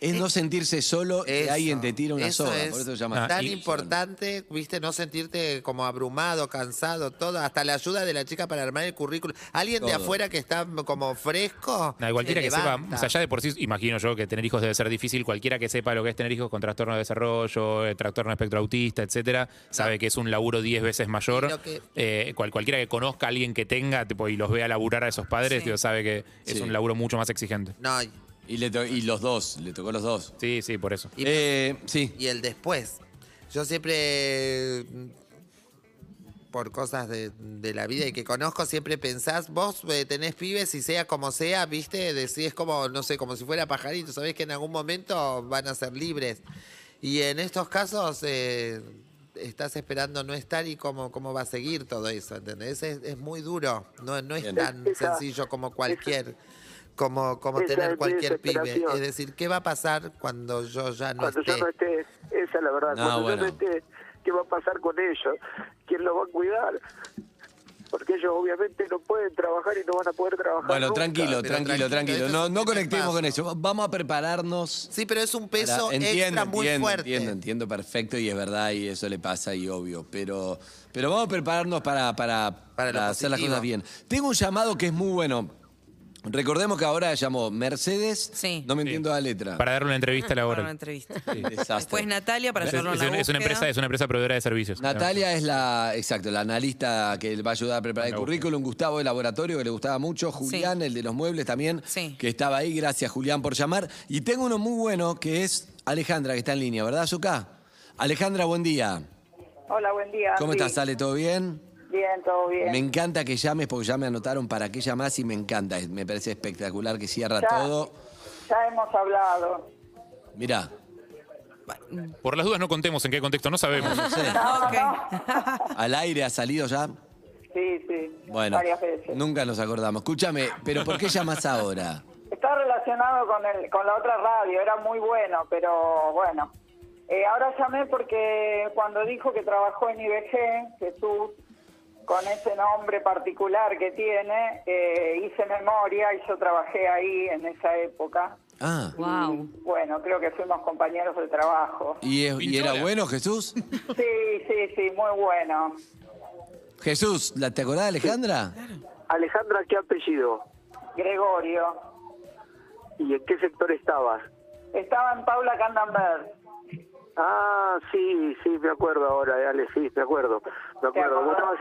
E: Es no sentirse solo y
F: Eso,
E: alguien te tira una
F: eso
E: soga.
F: es
E: por eso se llama.
F: Tan
C: Ah, y-
F: importante, viste, no sentirte como abrumado, cansado, todo. Hasta la ayuda de la chica para armar el currículum. Alguien de
E: Todo.
F: afuera que está como fresco. eh,
C: No, cualquiera
F: se
C: que sepa,
F: levanta.
C: más allá de por sí, imagino yo que tener hijos debe ser difícil, cualquiera que sepa lo que es tener hijos con trastorno de desarrollo, eh, trastorno de espectro autista, etcétera, sabe que es un laburo 10 veces
F: Y
C: mayor.
F: lo que-
C: Eh, cual- cualquiera que conozca a alguien que tenga tipo, y los vea laburar a esos padres,
B: Sí.
C: digo, sabe que es
E: Sí.
C: un laburo mucho más exigente.
F: No, y,
E: Y, le to- y los dos, le tocó los dos.
C: Sí, sí, por eso.
F: y- pues,
E: Eh, sí.
F: y el después. Yo siempre, eh, por cosas de, de la vida y que conozco, siempre pensás, vos eh, tenés pibes y sea como sea, viste, decís como, no sé, como si fuera pajarito, sabés que en algún momento van a ser libres. Y en estos casos eh, estás esperando no estar y cómo, cómo va a seguir todo eso, ¿entendés? Es, es muy duro, no, no es
E: Bien.
F: tan
G: Esa-
F: sencillo como cualquier... Como, como
G: esa es
F: tener
G: mi
F: cualquier pibe.
G: desesperación.
F: Es decir, ¿qué va a pasar cuando yo ya no
G: Cuando
F: esté?
G: yo no esté, esa es la verdad.
E: Ah, No,
G: Cuando yo
E: bueno.
G: no esté, ¿qué va a pasar con ellos? ¿Quién los va a cuidar? Porque ellos obviamente no pueden trabajar y no van a poder trabajar.
E: Bueno,
G: nunca.
E: tranquilo,
F: pero
E: tranquilo,
F: tranquilo,
E: tranquilo.
F: esto
E: No,
F: es
E: no
F: un
E: conectemos
F: paso.
E: con eso. Vamos a prepararnos.
F: Sí, pero es un
E: para-
F: peso extra muy
E: entiendo,
F: fuerte.
E: Entiendo, entiendo perfecto y es verdad y eso le pasa y obvio. Pero, pero vamos a prepararnos para, para,
F: Para lo
E: para hacer las
F: positivo.
E: cosas bien. Tengo un llamado que es muy bueno. Recordemos que ahora llamó Mercedes.
B: Sí.
E: No me
C: Sí.
E: entiendo la letra.
C: Para darle una entrevista a la
B: Para
C: hora.
B: una entrevista.
E: Desastre.
B: Después Natalia para
C: Es,
B: ayudarlo en
C: es
B: la
C: una- es una
B: búsqueda.
C: empresa, es una empresa proveedora de servicios.
E: Natalia es la, exacto, la analista que le va a ayudar a preparar el
C: La busca.
E: currículum, Gustavo el laboratorio que le gustaba mucho, Julián, el de los muebles también,
B: Sí.
E: que estaba ahí, gracias Julián por llamar. Y tengo uno muy bueno que es Alejandra, que está en línea, ¿verdad, Zucca? Alejandra, buen día.
I: Hola, buen día.
E: ¿Cómo
I: Ah, Sí.
E: estás, Ale? ¿Todo bien?
I: Bien, todo bien.
E: Me encanta que llames porque ya me anotaron para que llamás y me encanta. Es- Me parece espectacular que cierra
I: Ya.
E: todo.
I: Ya hemos hablado.
E: Mirá,
C: Por las dudas no contemos en qué contexto, no sabemos.
E: al aire ha salido ya.
I: Sí, sí.
E: Bueno,
I: Varias veces.
E: nunca nos acordamos. Escúchame, pero ¿por qué llamas ahora?
I: Está relacionado con, el, con la otra radio, era muy bueno, pero bueno. Eh, ahora llamé porque cuando dijo que trabajó en IBG, Jesús, con ese nombre particular que tiene, eh, hice memoria y yo trabajé ahí en esa época.
E: Ah.
L: Wow.
I: Bueno, creo que fuimos compañeros de trabajo.
E: ¿Y, es- y era bueno, Jesús?
I: Sí, sí, sí, muy bueno.
E: Jesús, ¿la- ¿te acordás de Alejandra?
M: Alejandra, ¿qué apellido?
I: Gregorio.
M: ¿Y en qué sector estabas?
I: Estaba en Paula Candamber.
M: Ah, sí, sí, me acuerdo ahora, dale, sí, me acuerdo. Me acuerdo. Vos estabas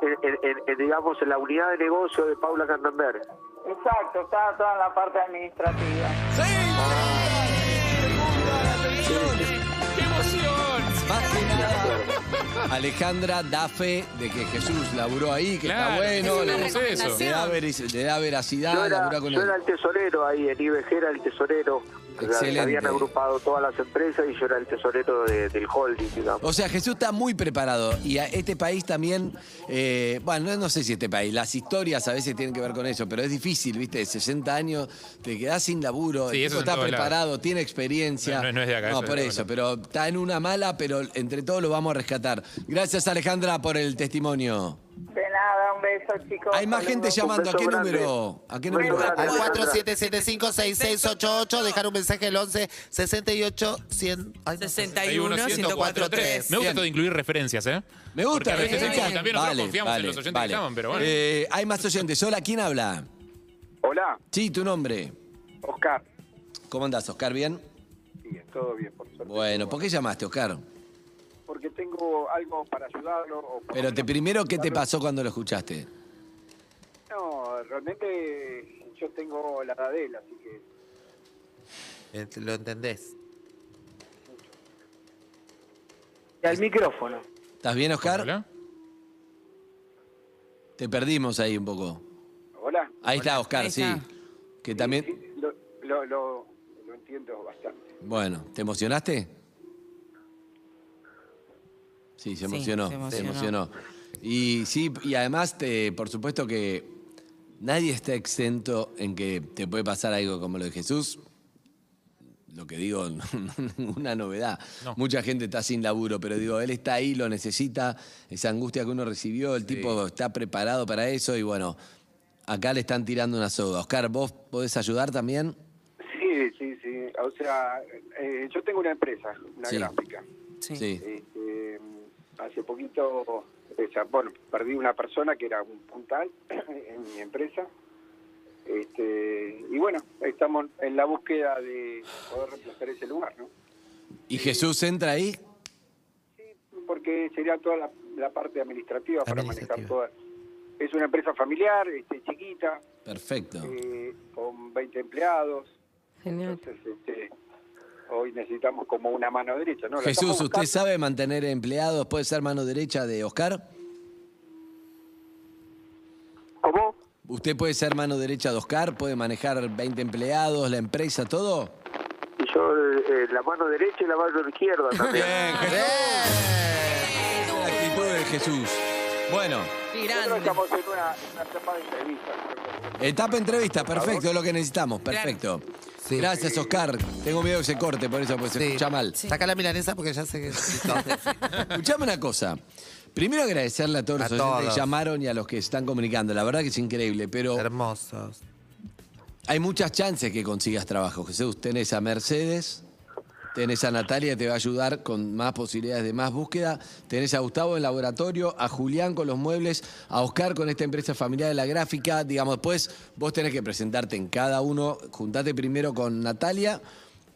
M: en, en- en- en, digamos, en la unidad de negocio de Paula Candamber.
I: Exacto, estaba toda en la parte administrativa.
C: ¡Qué emoción!
E: Más que nada, Alejandra da fe de que Jesús laburó ahí, que
C: Claro,
E: está bueno.
C: es una
E: le-
C: recomendación.
E: le, da veri- le da veracidad,
M: Yo era,
E: laburá con
M: yo
E: él.
M: era el tesorero ahí, en IBG era el tesorero. O sea,
E: Excelente.
M: habían agrupado todas las empresas y yo era el tesorero de- del holding, digamos.
E: O sea, Jesús está muy preparado y a este país también, eh, bueno, no- no sé si este país, las historias a veces tienen que ver con eso, pero es difícil, viste, 60 años, te quedás sin laburo,
C: Sí,
E: el
C: eso es en
E: tipo está
C: todos
E: preparado, tiene experiencia.
C: No, no, no es de acá, eso es
E: por
C: de
E: eso, pero está en una mala, pero entre todos lo vamos a rescatar. Gracias Alejandra por el testimonio.
I: De nada, un beso, chicos.
E: Hay más gente llamando, ¿a qué número? ¿A qué número?
F: Al 4775-6688, dejar un mensaje al 11 68 100 ay, no sé.
B: 61 104 3.
C: Me gusta esto de incluir referencias, ¿eh?
E: Me
C: Porque
E: gusta.
C: a veces
E: ¿eh?
C: sí, también nosotros confiamos en los oyentes que
E: vale.
C: llaman, pero bueno.
E: Eh, hay más oyentes. Hola, ¿quién habla?
G: Hola,
E: Sí, tu nombre.
G: Oscar.
E: ¿Cómo andás, Oscar? ¿Bien?
G: Bien, todo bien, por suerte.
E: Bueno, ¿por qué llamaste, Oscar?
G: Porque tengo algo para ayudarlo. o por
E: Pero
G: lo
E: te,
G: menos
E: primero, ¿qué te
G: ayudarlo.
E: pasó cuando lo escuchaste?
G: No, realmente yo tengo la edad de él, así que
F: Ent- pues, eh, ¿Lo entendés?
M: Y al micrófono.
E: ¿Estás bien, Oscar? Te perdimos ahí un poco.
G: Hola.
E: Ahí está, Oscar,
G: Ahí
E: sí.
G: está.
E: Que también...
G: Lo, lo, lo- lo entiendo bastante.
E: Bueno, ¿te emocionaste? Sí, se
G: Sí,
E: emocionó,
G: se
E: se
G: emocionó.
E: emocionó. Y sí, y además, te, por supuesto que nadie está exento en que te puede pasar algo como lo de Jesús. Lo que digo, no, no, ninguna novedad. Mucha gente está sin laburo, pero digo, él está ahí, lo necesita, esa angustia que uno recibió, el tipo está preparado para eso y bueno, acá le están tirando una soga. Oscar, ¿vos podés ayudar también?
G: Sí, sí, sí. O sea, eh, yo tengo una empresa, una
E: Sí.
G: gráfica.
E: Sí.
G: Este, hace poquito, o sea, bueno, perdí una persona que era un puntal en mi empresa. Este, y bueno, estamos en la búsqueda de poder reemplazar ese lugar, ¿no?
E: ¿Y Jesús entra ahí?
G: Porque sería toda la, la parte administrativa, para manejar toda. Es una empresa familiar, este, chiquita,
E: Perfecto.
G: eh, con 20 empleados.
L: Genial.
G: Entonces, este, hoy necesitamos como una mano derecha, ¿no? La
E: Jesús,
G: estamos
E: ¿usted
G: buscando.
E: sabe mantener empleados? ¿Puede ser mano derecha de Oscar?
G: ¿Cómo?
E: ¿Usted puede ser mano derecha de Oscar? ¿Puede manejar 20 empleados, la empresa, todo?
M: Y yo eh, la mano derecha y la mano izquierda
G: Pues
M: también.
E: La actitud de Jesús. Bueno,
G: Nosotros estamos en una, una etapa de entrevista.
E: etapa entrevista, perfecto, es lo que necesitamos, perfecto. Gracias, Oscar. Tengo miedo que se corte, por eso, pues se
F: Sí.
E: escucha mal.
F: Saca la milanesa porque ya sé que...
E: Escuchame una cosa. Primero agradecerle a todos
F: A
E: los oyentes
F: todos.
E: que llamaron y a los que están comunicando. La verdad que es increíble, pero.
F: Hermosos.
E: Hay muchas chances que consigas trabajo, Jesús. Tenés a Mercedes, tenés a Natalia, te va a ayudar con más posibilidades de más búsqueda. Tenés a Gustavo en laboratorio, a Julián con los muebles, a Oscar con esta empresa familiar de la gráfica. Digamos, después vos tenés que presentarte en cada uno. Juntate primero con Natalia,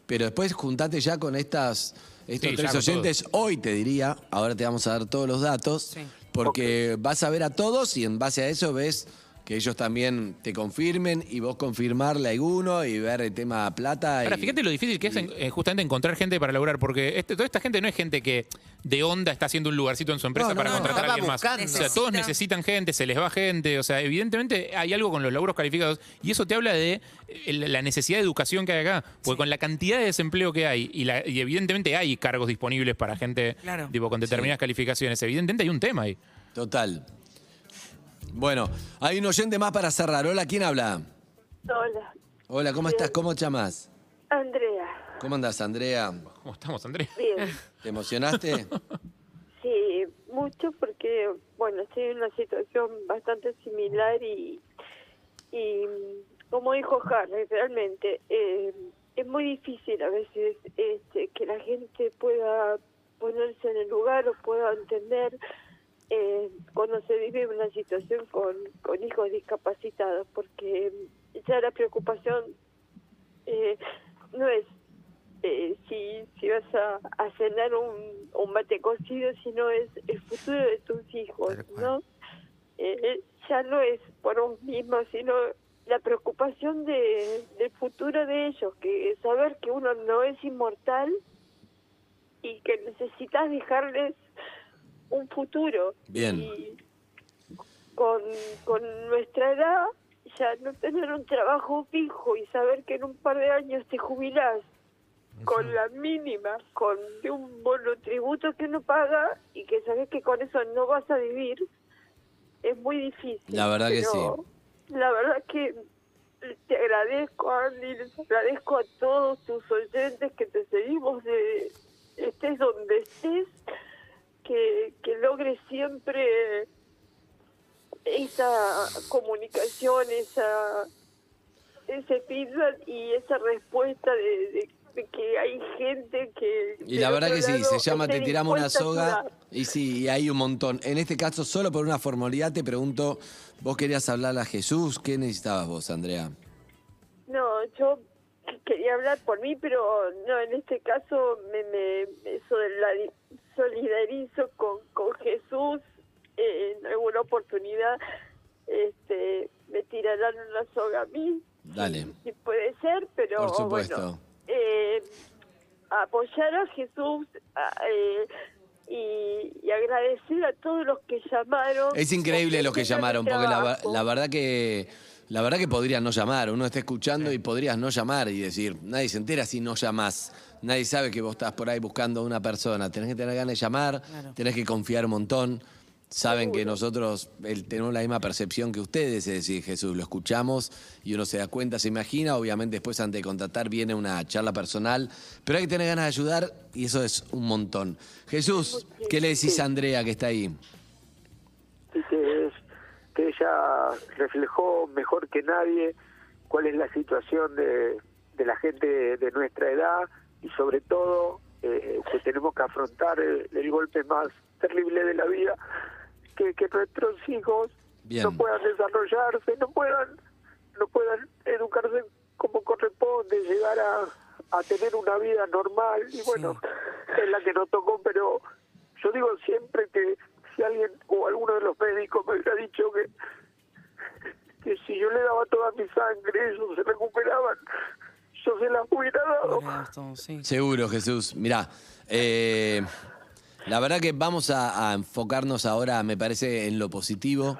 E: pero después juntate ya con estas. Estos
C: Sí, ya
E: tres
C: con
E: oyentes, hoy te diría, ahora te vamos a dar todos los datos, porque vas a ver a todos y en base a eso ves que ellos también te confirmen y vos confirmarle a alguno y ver el tema plata.
C: Ahora,
E: y-
C: fíjate lo difícil que es en- eh, justamente encontrar gente para laburar, porque este- toda esta gente no es gente que de onda está haciendo un lugarcito en su empresa
F: No, no,
C: para
F: no,
C: contratar a
F: estaba
C: alguien más.
F: buscando.
C: O sea, todos necesitan gente, se les va gente. O sea, evidentemente hay algo con los laburos calificados y eso te habla de eh, la necesidad de educación que hay acá. Porque con la cantidad de desempleo que hay y, la- y evidentemente hay cargos disponibles para gente
E: Claro.
C: tipo, con determinadas calificaciones, evidentemente hay un tema ahí.
E: Total. Bueno, hay un oyente más para cerrar. Hola, ¿quién habla?
N: Hola,
E: Hola, ¿cómo estás? ¿Cómo te llamas?
N: Andrea.
E: ¿Cómo andas, Andrea?
C: ¿Cómo estamos, Andrea?
N: Bien,
E: ¿Te emocionaste?
N: sí, mucho porque, bueno, estoy en una situación bastante similar y, y como dijo Harley, realmente eh, es muy difícil a veces este, que la gente pueda ponerse en el lugar o pueda entender eh, cuando se vive una situación con, con hijos discapacitados, porque ya la preocupación eh, no es eh, si, si vas a, a cenar un, un mate cocido, sino es el futuro de tus hijos, ¿no? Eh, ya no es por vos mismo, sino la preocupación de, del futuro de ellos, que saber que uno no es inmortal y que necesitas dejarles un futuro.
E: Bien.
N: Y con, con nuestra edad, ya no tener un trabajo fijo y saber que en un par de años te jubilás con la mínima, con de un bono tributo que uno paga y que sabes que con eso no vas a vivir, es muy difícil.
E: La verdad que sí.
N: Pero La verdad que te agradezco, Andy, les agradezco a todos tus oyentes que te seguimos, de, estés donde estés, que, que logres siempre esa comunicación, esa ese feedback y esa respuesta de, de- de que hay gente que...
E: Y la
N: del
E: verdad
N: otro
E: que sí,
N: lado
E: se llama
N: esté
E: Te tiramos una
N: dispuesta a
E: soga
N: ayudar.
E: y sí, y hay un montón. En este caso, solo por una formalidad te pregunto, vos querías hablar a Jesús, ¿qué necesitabas vos, Andrea?
N: No, yo qu- quería hablar por mí, pero no, en este caso me, me, me solidari- solidarizo con, con Jesús. Eh, en alguna oportunidad este, me tirarán una soga a mí,
E: Dale,
N: si puede ser, pero
E: por supuesto.
N: Oh, bueno, eh, apoyar a Jesús a- eh, y, y agradecer a todos los que llamaron.
E: Es increíble los que llamaron, porque la, ver- la verdad que la verdad que podrías no llamar. Uno está escuchando y podrías no llamar y decir, nadie se entera si no llamás. Nadie sabe que vos estás por ahí buscando a una persona. Tenés que tener ganas de llamar, tenés que confiar un montón. Saben que nosotros el, tenemos la misma percepción que ustedes, es decir, Jesús, lo escuchamos y uno se da cuenta, se imagina, obviamente después antes de contratar viene una charla personal, pero hay que tener ganas de ayudar y eso es un montón. Jesús, ¿qué le decís a Andrea que está ahí?
G: y que, es, que ella reflejó mejor que nadie cuál es la situación de, de la gente de nuestra edad y sobre todo eh, que tenemos que afrontar el, el golpe más terrible de la vida, que, que nuestros hijos
E: Bien.
G: no puedan desarrollarse, no puedan, no puedan educarse como corresponde, llegar a, a tener una vida normal y bueno, es la que nos tocó, pero yo digo siempre que si alguien o alguno de los médicos me hubiera dicho que, que si yo le daba toda mi sangre, ellos se recuperaban, yo se las hubiera dado.
E: Seguro, Jesús. Mirá, eh, la verdad que vamos a, a enfocarnos ahora, me parece, en lo positivo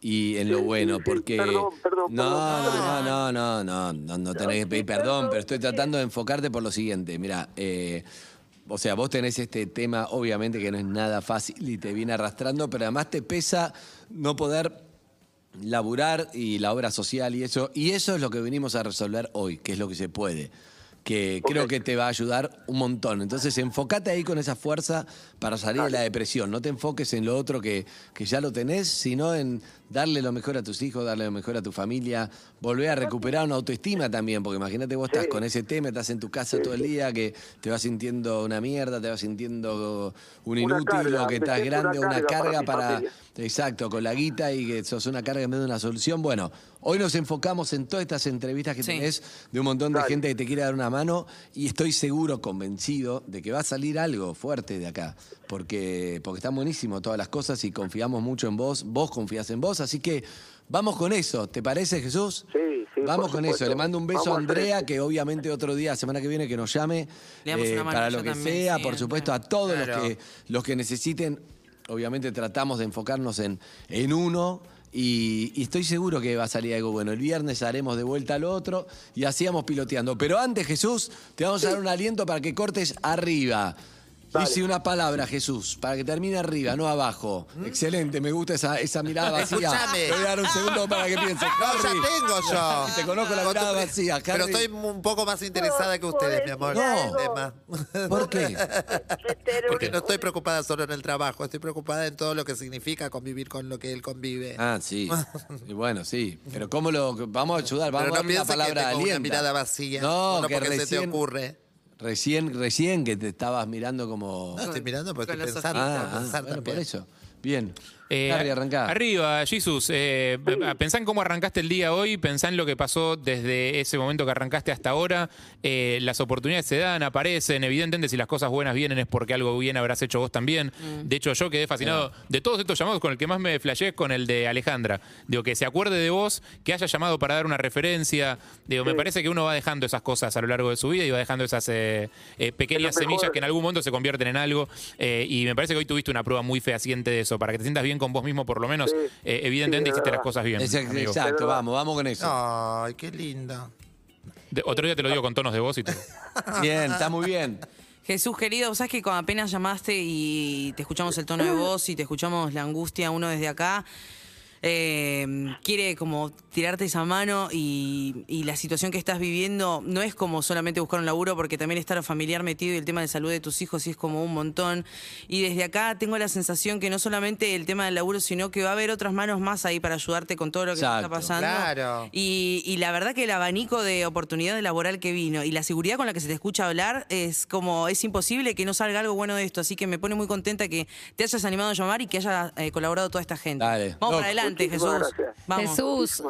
E: y en lo bueno, porque... no, no, no, no, no, no, no tenés que pedir perdón, pero estoy tratando de enfocarte por lo siguiente. Mirá, eh, o sea, vos tenés este tema, obviamente, que no es nada fácil y te viene arrastrando, pero además te pesa no poder laburar y la obra social y eso. Y eso es lo que venimos a resolver hoy, que es lo que se puede. Que creo que te va a ayudar un montón. Entonces, enfócate ahí con esa fuerza para salir de la depresión. No te enfoques en lo otro que, que ya lo tenés, sino en darle lo mejor a tus hijos, darle lo mejor a tu familia, volver a recuperar una autoestima también, porque imagínate vos estás con ese tema, estás en tu casa todo el día, que te vas sintiendo una mierda, te vas sintiendo un
G: Una
E: inútil,
G: carga,
E: o que
G: me
E: estás
G: siento
E: grande,
G: una
E: una
G: carga para
E: carga
G: mi
E: para,
G: familia.
E: Exacto, con la guita y que sos una carga en vez de una solución. Bueno, hoy nos enfocamos en todas estas entrevistas que tenés de un montón de gente que te quiere dar una mano y estoy seguro, convencido, de que va a salir algo fuerte de acá. Porque, porque están buenísimo todas las cosas y confiamos mucho en vos, vos confías en vos vos, así que vamos con eso. ¿Te parece, Jesús?
O: Sí, sí.
E: Vamos
O: por
E: con
O: supuesto.
E: eso. Le mando un beso
O: Vamos
E: a
O: hacer
E: Andrea,
O: eso.
E: que obviamente otro día, semana que viene, que nos llame. eh,
B: Le damos una mano
E: para
B: yo
E: lo que
B: también,
E: sea,
B: sí,
E: por
B: Andrea.
E: supuesto, a todos
F: Claro.
E: los, que, los que necesiten. Obviamente tratamos de enfocarnos en, en uno. Y, y estoy seguro que va a salir algo bueno. El viernes haremos de vuelta al otro y hacíamos piloteando. Pero antes, Jesús, te vamos a dar un aliento para que cortes arriba. Dice una palabra, Jesús, para que termine arriba, no abajo.
F: ¿Mm?
E: Excelente, me gusta esa, esa mirada vacía.
F: Escuchame.
E: Te voy a dar un segundo para que pienses.
F: No, Ah, ya
E: Harry.
F: tengo yo.
E: Te conozco la
F: Con tu
E: mirada
F: pre-
E: vacía, Harry.
F: Pero estoy un poco más interesada que ustedes, mi amor.
E: No.
F: en el tema.
E: ¿Por qué?
F: Porque no estoy preocupada solo en el trabajo, estoy preocupada en todo lo que significa convivir con lo que él convive.
E: Ah, sí. Y bueno, sí. Pero cómo lo... Vamos a ayudar, vamos
F: Pero no
E: a darle una
F: pienses que
E: palabra de
F: tengo una
E: aliento.
F: mirada vacía.
E: No,
F: solo
E: que
F: porque se te
E: recién-
F: ocurre.
E: Recién, recién que te estabas mirando como...
F: No, estoy mirando porque
B: Con
F: estoy
B: los
F: pensando.
E: Ah,
F: tengo que
E: ah,
F: pensar
E: bueno,
F: también.
E: por eso. Bien.
C: Eh,
E: Harry, arrancá.
C: Arriba, Jesus. Eh, pensá en cómo arrancaste el día hoy, pensá en lo que pasó desde ese momento que arrancaste hasta ahora. Eh, las oportunidades se dan, aparecen. Evidentemente, si las cosas buenas vienen es porque algo bien habrás hecho vos también. De hecho, yo quedé fascinado. De todos estos llamados, con el que más me flasheé es con el de Eh, Alejandra. Digo, que se acuerde de vos, que haya llamado para dar una referencia. Digo, me parece que uno va dejando esas cosas a lo largo de su vida y va dejando esas eh, eh, pequeñas semillas que en algún momento se convierten en algo. Eh, y me parece que hoy tuviste una prueba muy fehaciente de eso. Para que te sientas bien con vos mismo, por lo menos, eh,
O: sí,
C: evidentemente
O: es
C: hiciste las
O: verdad.
C: cosas bien.
E: Es-
C: amigo.
E: exacto, vamos, vamos con eso.
F: Ay, qué linda.
C: De- otro día te lo digo con tonos de voz y todo.
E: Bien, está muy bien.
B: Jesús querido, ¿sabes que cuando apenas llamaste y te escuchamos el tono de voz y te escuchamos la angustia uno desde acá? eh, quiere como tirarte esa mano y, y la situación que estás viviendo no es como solamente buscar un laburo porque también está lo familiar metido y el tema de salud de tus hijos y es como un montón y desde acá tengo la sensación que no solamente el tema del laburo sino que va a haber otras manos más ahí para ayudarte con todo lo que te está
E: Exacto.
B: pasando
F: Claro.
B: y, y la verdad que el abanico de oportunidad laboral que vino y la seguridad con la que se te escucha hablar es como, es imposible que no salga algo bueno de esto. Así que me pone muy contenta que te hayas animado a llamar y que haya eh, colaborado toda esta gente.
E: Dale.
B: Vamos
E: No,
B: para adelante, Jesús.
O: muchísimas gracias.
B: Vamos.
D: Jesús,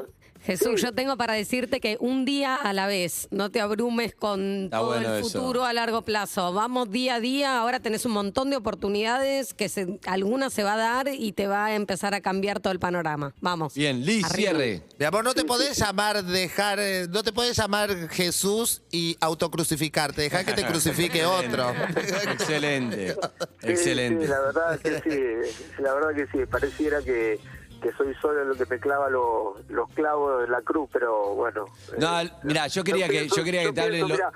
D: Jesús, yo tengo para decirte que un día a la vez, no te abrumes con
E: Está
D: todo
E: bueno
D: el
E: eso.
D: futuro a largo plazo. Vamos día a día, ahora tenés un montón de oportunidades que se- alguna se va a dar y te va a empezar a cambiar todo el panorama. Vamos.
E: Bien, Liz, cierre.
F: Mi amor, no te podés llamar, dejar, eh, no te podés llamar Jesús y autocrucificarte. Dejar que te crucifique otro.
E: Excelente.
O: Sí,
E: Excelente.
O: sí, la verdad que sí, la verdad que sí, pareciera que, que soy solo lo que me clava lo- los clavos de la cruz, pero bueno.
E: No,
O: eh,
E: mirá, yo quería que- yo quería que te hablen
O: pienso,
E: lo-
O: mirá,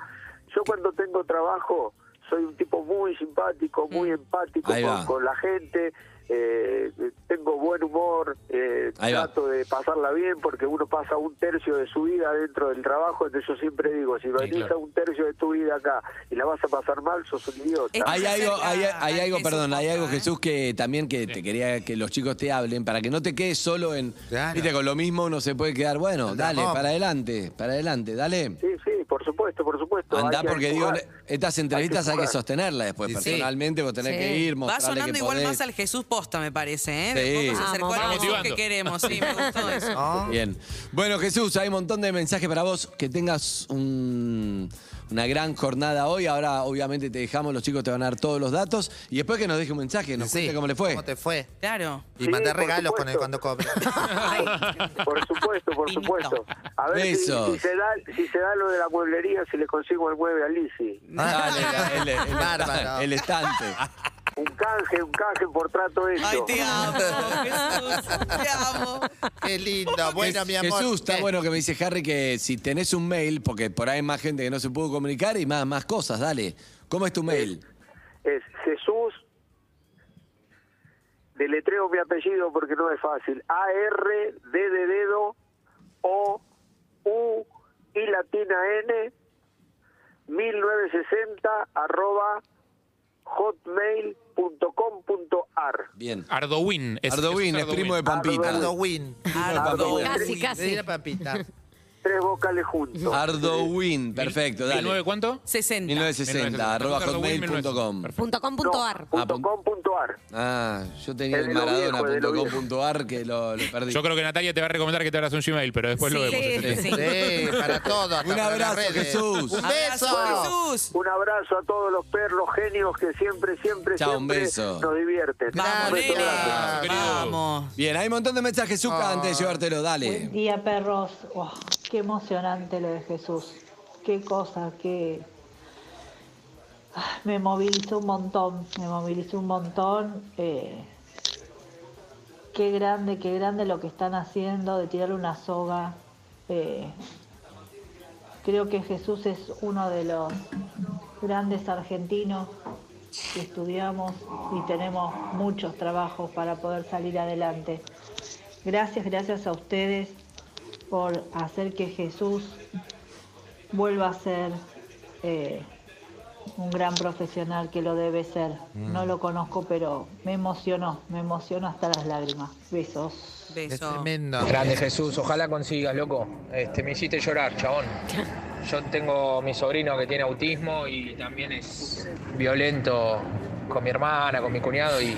O: yo cuando tengo trabajo soy un tipo muy simpático, muy empático
E: Mm. Ahí va.
O: con, con la gente. eh, tengo buen humor, eh,
E: Ahí va.
O: trato de pasarla bien porque uno pasa un tercio de su vida dentro del trabajo, entonces yo siempre digo, si venís
C: claro.
O: a un tercio de tu vida acá y la vas a pasar mal, sos un idiota.
B: Es-
E: Hay algo, hay, hay algo,
B: Eso
E: perdón, hay
B: pasa,
E: algo,
B: ¿eh?
E: Jesús, que también que te quería que los chicos te hablen para que no te quedes solo en.
F: Claro.
E: Viste, con lo mismo uno se puede quedar. Bueno, dale,
F: vamos.
E: para adelante, para adelante, dale.
O: Sí, sí, por supuesto, por supuesto.
E: Andá
O: Hay que
E: porque digo,
O: empujar.
E: estas entrevistas hay que
O: empujar.
E: sostenerlas después.
F: Y sí.
E: Personalmente vos tenés
D: Sí.
E: que ir,
B: Va
E: mostrarle
B: sonando
E: que
B: igual
E: podés.
B: más al Jesús posta, me parece. ¿eh?
E: Sí.
B: De a poco se acercó
D: Vamos,
B: al
D: vamos.
B: Jesús que queremos. Sí, me gustó eso.
F: ¿No?
E: Ah. Bien. Bueno, Jesús, hay un montón de mensajes para vos. Que tengas un- una gran jornada hoy. Ahora, obviamente, te dejamos, los chicos te van a dar todos los datos. Y después que nos deje un mensaje, nos
F: Sí.
E: cuente cómo le fue.
F: ¿Cómo te fue?
B: Claro.
F: Y
O: Sí,
F: mandar
O: por
F: regalos con él
O: supuesto.
F: cuando cobre.
O: Por supuesto, por
B: Pinto.
O: supuesto. A ver si,
E: Besos.
O: si se da, si se da lo de la mueblería, si le consigo el mueble a Lisi.
E: Dale, el, el- el-
F: Ah. Bárbaro.
E: el estante.
O: Un canje, un canje por trato hecho.
B: Ay, te amo, Jesús. Te amo.
F: Qué lindo. Bueno,
E: Es-
F: mi amor.
E: Jesús, está
F: ¿qué?
E: bueno que me dice Harry que si tenés un mail, porque por ahí hay más gente que no se pudo comunicar y más, más cosas, dale. ¿Cómo es tu mail?
O: Es Jesús. Deletreo mi apellido porque no es fácil. A R D de dedo O U y latina N 1960 arroba hotmail.com.ar
E: Bien.
C: Ardowin. es-
E: Ardowin,
C: Jesús
E: es primo de
C: Ardowin.
E: Pampita.
F: Ardo Win.
O: Ardo
B: Ardo.
O: Win.
D: Casi,
F: Le di
D: casi.
F: la papita.
G: tres vocales juntos.
E: Ardowin, perfecto, dale.
C: ¿19 cuánto?
B: 60.
E: 1960, arroba hotmail.com.
D: Punto com punto ar.
G: .com.ar.
E: Ah, yo tenía el
G: Es de lo viejo, es de lo viejo.
E: maradona.com.ar que lo, lo perdí.
C: Yo creo que Natalia te va a recomendar que te abras un Gmail, pero después lo
B: Sí,
C: vemos.
B: sí.
F: Sí, para todo. hasta
E: Un
F: para las
E: abrazo,
F: redes.
E: Jesús.
F: Un beso.
B: Abrazo, Jesús.
G: Un abrazo a todos los perros genios que siempre, siempre,
E: Chao, un
G: siempre
E: beso.
G: nos divierten.
B: Vamos,
G: Un beso
B: nene.
G: grande.
B: Vamos.
E: Bien, hay un montón de mensajes, Zucca,
G: Ah.
E: antes de llevártelo, dale.
P: Buen día, perros. Guau, qué emocionante lo de Jesús. Qué cosa, qué. Ah, Me movilizó un montón, me movilizó un montón. eh, Qué grande, qué grande lo que están haciendo de tirar una soga. eh, Creo que Jesús es uno de los grandes argentinos que estudiamos y tenemos muchos trabajos para poder salir adelante. Gracias, gracias a ustedes por hacer que Jesús vuelva a ser eh, un gran profesional que lo debe ser. No lo conozco, pero me emocionó, me emocionó hasta las lágrimas. Besos.
F: Es
B: Beso.
F: tremendo.
Q: Grande Jesús, ojalá consigas, loco. Este, me hiciste llorar, chabón. Yo tengo mi sobrino que tiene autismo y también es violento con mi hermana, con mi cuñado y,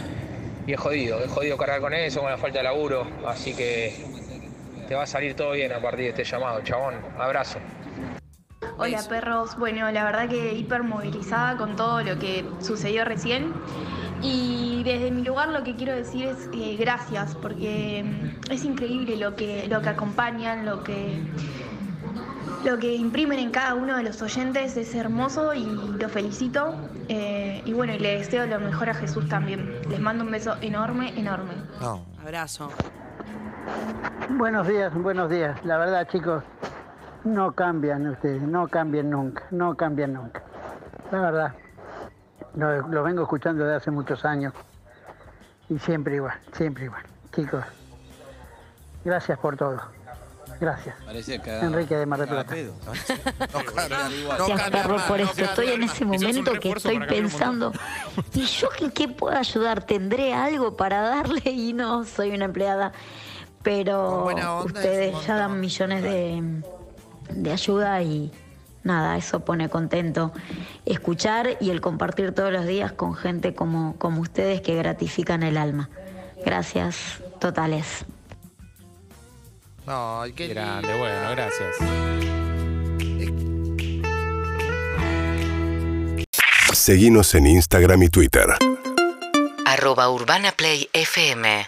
Q: y es jodido. Es jodido cargar con eso, con la falta de laburo. Así que te va a salir todo bien a partir de este llamado, chabón. Abrazo.
R: Hola perros, bueno, la verdad que hipermovilizada con todo lo que sucedió recién. Y desde mi lugar lo que quiero decir es eh, gracias, porque mm, es increíble lo que, lo que acompañan, lo que, lo que imprimen en cada uno de los oyentes, es hermoso y lo felicito. Eh, y bueno, y le deseo lo mejor a Jesús también. Les mando un beso enorme, enorme.
F: No.
B: Abrazo.
S: Buenos días, buenos días. La verdad, chicos, no cambian ustedes, no cambian nunca, no cambian nunca. La verdad, los vengo escuchando de hace muchos años y siempre igual, siempre igual. Chicos, gracias por todo. Gracias.
E: Parece que-
S: Enrique de Mar del Plata.
E: Pedo.
T: Gracias, perro, por eso. Estoy en ese momento que estoy pensando, ¿y yo qué, qué puedo ayudar? ¿Tendré algo para darle? Y no, soy una empleada. Pero
F: buena onda es un
T: ustedes ya dan millones de, de ayuda y nada, eso pone contento. Escuchar y el compartir todos los días con gente como, como ustedes que gratifican el alma. Gracias, totales.
F: Ay, qué
C: Grande, bueno, gracias.
U: Seguimos en Instagram y Twitter.
V: Arroba Urbana Play FM